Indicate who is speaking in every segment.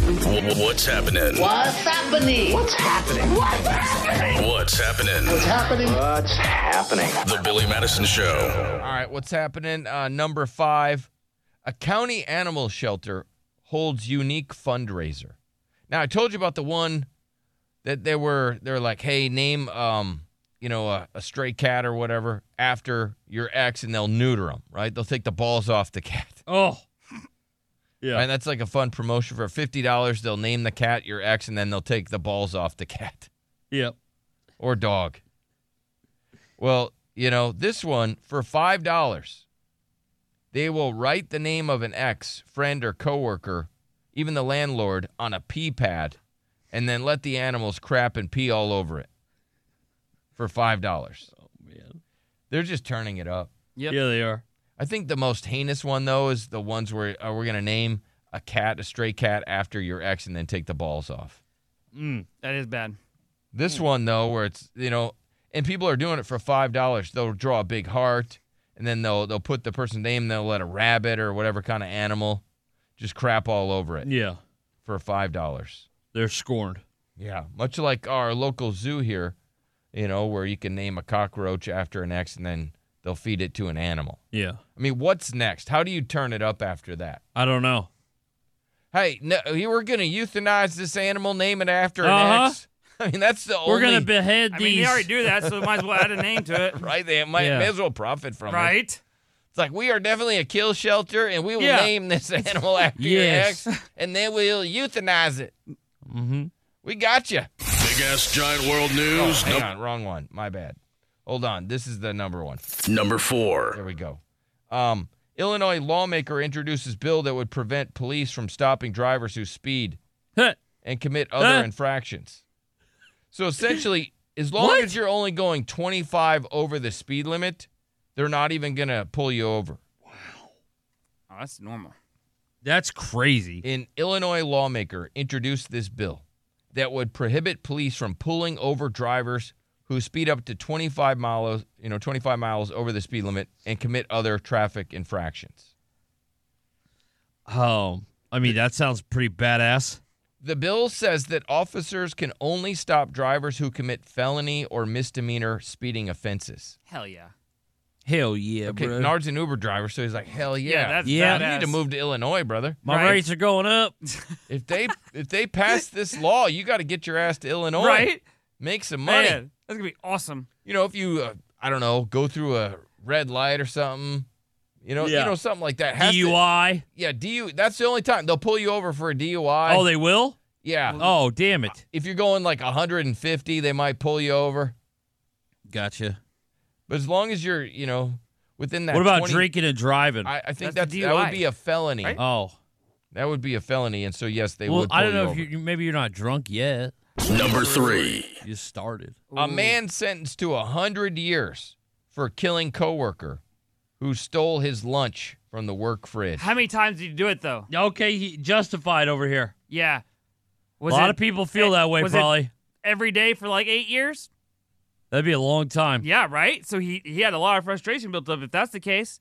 Speaker 1: What's happening?
Speaker 2: What's happening?
Speaker 3: What's happening?
Speaker 2: What's happening?
Speaker 1: What's happening?
Speaker 3: What's happening?
Speaker 2: What's happening?
Speaker 1: The Billy Madison Show.
Speaker 4: All right, what's happening? Uh, number five, a county animal shelter holds unique fundraiser. Now I told you about the one that they were they were like, hey, name um you know a, a stray cat or whatever after your ex, and they'll neuter them, right? They'll take the balls off the cat.
Speaker 5: Oh. Yeah.
Speaker 4: And that's like a fun promotion for fifty dollars. They'll name the cat your ex, and then they'll take the balls off the cat
Speaker 5: Yep.
Speaker 4: or dog. Well, you know, this one for five dollars, they will write the name of an ex, friend, or coworker, even the landlord, on a pee pad, and then let the animals crap and pee all over it. For five dollars,
Speaker 5: Oh man.
Speaker 4: they're just turning it up.
Speaker 5: Yep. Yeah, they are.
Speaker 4: I think the most heinous one though is the ones where uh, we're gonna name a cat, a stray cat, after your ex, and then take the balls off.
Speaker 5: Mm, that is bad.
Speaker 4: This
Speaker 5: Hmm.
Speaker 4: one though, where it's you know, and people are doing it for five dollars. They'll draw a big heart, and then they'll they'll put the person's name. They'll let a rabbit or whatever kind of animal just crap all over it
Speaker 5: Yeah.
Speaker 4: for five dollars.
Speaker 5: They're scorned.
Speaker 4: Yeah, much like our local zoo here, you know, where you can name a cockroach after an ex, and then they'll feed it to an animal.
Speaker 5: Yeah.
Speaker 4: I mean, what's next? How do you turn it up after that?
Speaker 5: I don't know.
Speaker 4: Hey, no, we're gonna euthanize this animal, name it after an
Speaker 5: Uh-huh.
Speaker 4: ex. I mean, that's the
Speaker 5: We're
Speaker 4: only
Speaker 5: gonna behead
Speaker 6: I
Speaker 5: these.
Speaker 6: mean, they already do that, so might as well add a name to it,
Speaker 4: right. They might
Speaker 5: Yeah.
Speaker 4: may as well profit from it.
Speaker 6: right?
Speaker 4: It's like we are definitely a kill shelter, and we will
Speaker 5: Yeah.
Speaker 4: name this animal after
Speaker 5: Yes.
Speaker 4: your ex, and then we'll euthanize it.
Speaker 5: mm-hmm.
Speaker 4: We got you.
Speaker 1: Big ass giant world news.
Speaker 4: hang
Speaker 1: Num-
Speaker 4: on, wrong one. My bad. Hold on. This is the number one.
Speaker 1: number four.
Speaker 4: There we go. Um, Illinois lawmaker introduces bill that would prevent police from stopping drivers who speed
Speaker 5: Huh.
Speaker 4: and commit other
Speaker 5: Huh?
Speaker 4: infractions. So essentially, as long
Speaker 5: What?
Speaker 4: as you're only going 25 over the speed limit, they're not even gonna pull you over.
Speaker 6: Oh, that's normal.
Speaker 5: That's crazy.
Speaker 4: An Illinois lawmaker introduced this bill that would prohibit police from pulling over drivers who speed up to 25 miles, you know, 25 miles over the speed limit and commit other traffic infractions.
Speaker 5: Um, I mean, that sounds pretty badass.
Speaker 4: The bill says that officers can only stop drivers who commit felony or misdemeanor speeding offenses.
Speaker 6: Hell yeah.
Speaker 5: Hell yeah,
Speaker 4: Okay, Nard's an Uber driver, so he's like, "Hell yeah,
Speaker 6: that's
Speaker 5: Yeah.
Speaker 4: you need to
Speaker 6: badass.
Speaker 4: move to Illinois, brother.
Speaker 5: My
Speaker 6: Right.
Speaker 5: rates are going up.
Speaker 4: If they if they pass this law, you got to get your ass to
Speaker 5: Oh,
Speaker 4: Illinois,
Speaker 6: Right?
Speaker 4: Make some money.
Speaker 6: Man, that's gonna be awesome.
Speaker 4: you know, if you, uh, I don't know, go through a red light or something, you know,
Speaker 5: Yeah.
Speaker 4: you know, something like that. Has to-
Speaker 5: DUI.
Speaker 4: yeah, DU. That's the only time they'll pull you over for a DUI.
Speaker 5: oh, they will.
Speaker 4: yeah.
Speaker 5: Oh, damn it.
Speaker 4: If you're going like 150, they might pull you over.
Speaker 5: Gotcha.
Speaker 4: But as long as you're, you know, within that.
Speaker 5: What about
Speaker 4: 20
Speaker 5: drinking and driving?
Speaker 4: I, I think
Speaker 6: That's
Speaker 4: that's,
Speaker 6: the
Speaker 4: that would
Speaker 6: DUI.
Speaker 4: be a felony.
Speaker 5: oh,
Speaker 4: That would be a felony, and so yes, they
Speaker 5: well,
Speaker 4: would. Pull
Speaker 5: I don't
Speaker 4: you
Speaker 5: know if
Speaker 4: over.
Speaker 5: you maybe you're not drunk yet.
Speaker 1: Number three.
Speaker 5: You just started.
Speaker 4: A man sentenced to a hundred years for killing coworker who stole his lunch from the work fridge.
Speaker 6: How many times did you do it though?
Speaker 5: Okay, he justified over here.
Speaker 6: Yeah. Was
Speaker 5: a lot
Speaker 6: it
Speaker 5: of people feel
Speaker 6: it-
Speaker 5: that way,
Speaker 6: was it-
Speaker 5: probably.
Speaker 6: every day for like eight years?
Speaker 5: That'd be a long time.
Speaker 6: Yeah, right? So he he had a lot of frustration built up if that's the case.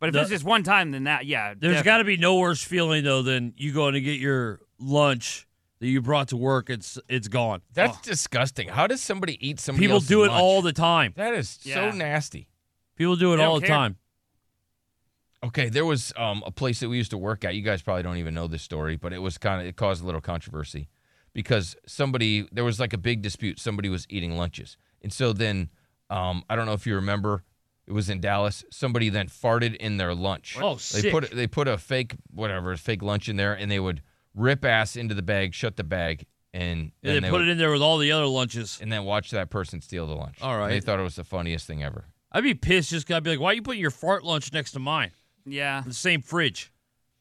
Speaker 6: But if
Speaker 5: The-
Speaker 6: it's just one time, then that yeah.
Speaker 5: There's
Speaker 6: def-
Speaker 5: got to be no worse feeling though than you going to get your lunch that you brought to work. It's it's gone.
Speaker 4: That's
Speaker 6: Oh.
Speaker 4: disgusting. How does somebody eat somebody
Speaker 5: People
Speaker 4: else's
Speaker 5: do it
Speaker 4: lunch?
Speaker 5: all the time.
Speaker 4: That is
Speaker 6: Yeah.
Speaker 4: so nasty.
Speaker 5: People do it
Speaker 6: They don't
Speaker 5: all the
Speaker 6: care.
Speaker 5: time.
Speaker 4: Okay, there was um, a place that we used to work at. You guys probably don't even know this story, but it was kind of it caused a little controversy because somebody there was like a big dispute. Somebody was eating lunches, and so then um, I don't know if you remember, it was in Dallas. Somebody then farted in their lunch.
Speaker 5: Oh,
Speaker 4: they
Speaker 5: sick.
Speaker 4: put they put a fake whatever fake lunch in there, and they would rip ass into the bag, shut the bag, and
Speaker 5: And
Speaker 4: then
Speaker 5: they,
Speaker 4: they
Speaker 5: put
Speaker 4: would-
Speaker 5: it in there with all the other lunches.
Speaker 4: and then watch that person steal the lunch.
Speaker 5: All
Speaker 4: And
Speaker 5: right.
Speaker 4: they thought it was the funniest thing ever.
Speaker 5: I'd be pissed just 'cause I'd be like, why are you putting your fart lunch next to mine
Speaker 6: yeah.
Speaker 5: in the same fridge?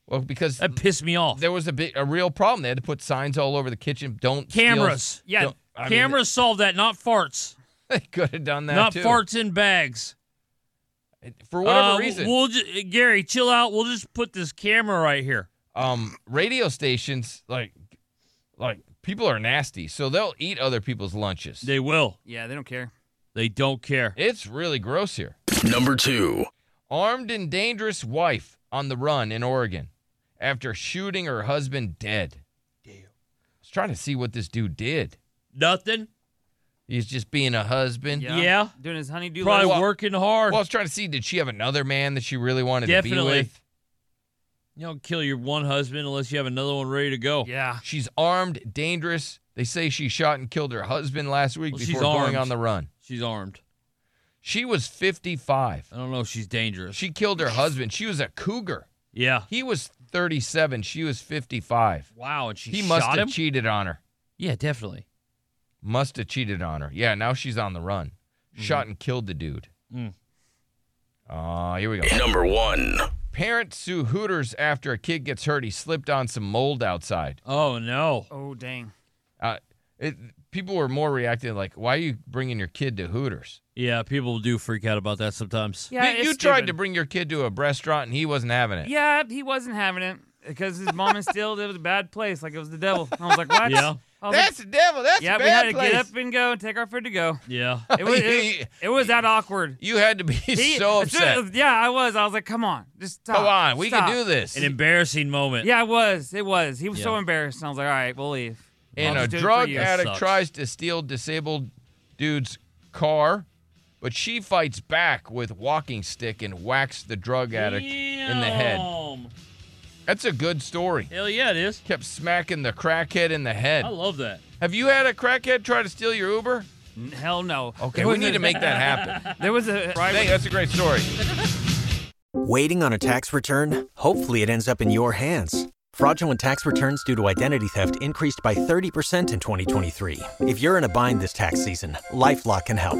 Speaker 4: Well, because
Speaker 5: That pissed me off.
Speaker 4: there was a big, a real problem. They had to put signs all over the kitchen. Don't steal-
Speaker 5: Cameras.
Speaker 6: Yeah,
Speaker 4: don't- I mean,
Speaker 5: Cameras solved that, not farts.
Speaker 4: They could have done that
Speaker 5: Not
Speaker 4: too.
Speaker 5: farts in bags.
Speaker 4: for whatever
Speaker 5: Uh,
Speaker 4: reason.
Speaker 5: We'll ju- Gary, chill out. We'll just put this camera right here.
Speaker 4: um, radio stations like, like people are nasty, so they'll eat other people's lunches.
Speaker 5: They will.
Speaker 6: Yeah, they don't care.
Speaker 5: They don't care.
Speaker 4: it's really gross here.
Speaker 1: Number two.
Speaker 4: Armed and dangerous wife on the run in Oregon after shooting her husband dead. Damn. I was trying to see what this dude did.
Speaker 5: Nothing.
Speaker 4: He's just being a husband.
Speaker 5: Yeah.
Speaker 6: Doing his honeydew
Speaker 5: Probably
Speaker 6: list.
Speaker 4: Well-
Speaker 5: working hard.
Speaker 4: Well, I was trying to see did she have another man that she really wanted to be
Speaker 5: Definitely.
Speaker 4: with?
Speaker 5: you don't kill your one husband unless you have another one ready to go.
Speaker 6: Yeah.
Speaker 4: She's armed, dangerous. They say she shot and killed her husband last week
Speaker 5: Well, she's
Speaker 4: before going
Speaker 5: armed.
Speaker 4: on the run.
Speaker 5: She's armed.
Speaker 4: She was 55.
Speaker 5: I don't know if she's dangerous.
Speaker 4: She killed her husband. She was a cougar.
Speaker 5: Yeah.
Speaker 4: He was 37. She was 55.
Speaker 5: Wow. And she
Speaker 4: he
Speaker 5: shot
Speaker 4: must have
Speaker 5: him?
Speaker 4: cheated on her.
Speaker 5: yeah, definitely.
Speaker 4: Must have cheated on her. Yeah, now she's on the run. Shot and killed the dude.
Speaker 5: Mm-hmm. Mm.
Speaker 4: Ah, here we go.
Speaker 1: Number one.
Speaker 4: Parents sue Hooters after a kid gets hurt. He slipped on some mold outside.
Speaker 5: Oh, no.
Speaker 6: Oh dang.
Speaker 4: Uh, it, people were more reacting like, "Why are you bringing your kid to Hooters?"
Speaker 5: Yeah, people do freak out about that sometimes.
Speaker 6: Yeah,
Speaker 4: you
Speaker 6: it's
Speaker 4: you tried to
Speaker 6: stupid.
Speaker 4: bring your kid to a restaurant and he wasn't having it.
Speaker 6: Yeah, he wasn't having it because his mom instilled it was a bad place, like it was the devil. I was like, what?
Speaker 5: Yeah.
Speaker 6: I was like,
Speaker 4: that's the devil. That's
Speaker 6: yeah.
Speaker 4: a
Speaker 6: We had
Speaker 4: bad
Speaker 6: to
Speaker 4: place.
Speaker 6: get up and go and take our food to go.
Speaker 5: Yeah.
Speaker 6: It was it, it was that awkward.
Speaker 4: You had to be
Speaker 6: He-
Speaker 4: so
Speaker 6: as soon as-
Speaker 4: upset.
Speaker 6: yeah, I was. I was like, come on, just stop.
Speaker 4: Come on, we
Speaker 6: stop."
Speaker 4: can do this.
Speaker 5: An embarrassing moment.
Speaker 6: Yeah, it was. It was. He was so
Speaker 5: Yeah.
Speaker 6: embarrassed, and I was like, all right, we'll leave.
Speaker 4: and
Speaker 6: I'll
Speaker 4: a
Speaker 6: just do it for
Speaker 4: drug
Speaker 6: you.
Speaker 4: addict
Speaker 5: Sucks.
Speaker 4: tries to steal disabled dude's car, but she fights back with walking stick and whacks the drug addict in the head.
Speaker 5: Damn.
Speaker 4: That's a good story.
Speaker 5: Hell yeah, it is.
Speaker 4: Kept smacking the crackhead in the head.
Speaker 6: Oh.
Speaker 5: I love that.
Speaker 4: Have you had a crackhead try to steal your Uber?
Speaker 6: N- Hell no.
Speaker 4: Okay,
Speaker 6: There
Speaker 4: we
Speaker 6: was
Speaker 4: need
Speaker 6: a-
Speaker 4: to make that happen.
Speaker 6: There was a
Speaker 4: Hey, that's a great story.
Speaker 3: Waiting on a tax return? Hopefully, it ends up in your hands. Fraudulent tax returns due to identity theft increased by 30% in 2023. If you're in a bind this tax season, LifeLock can help.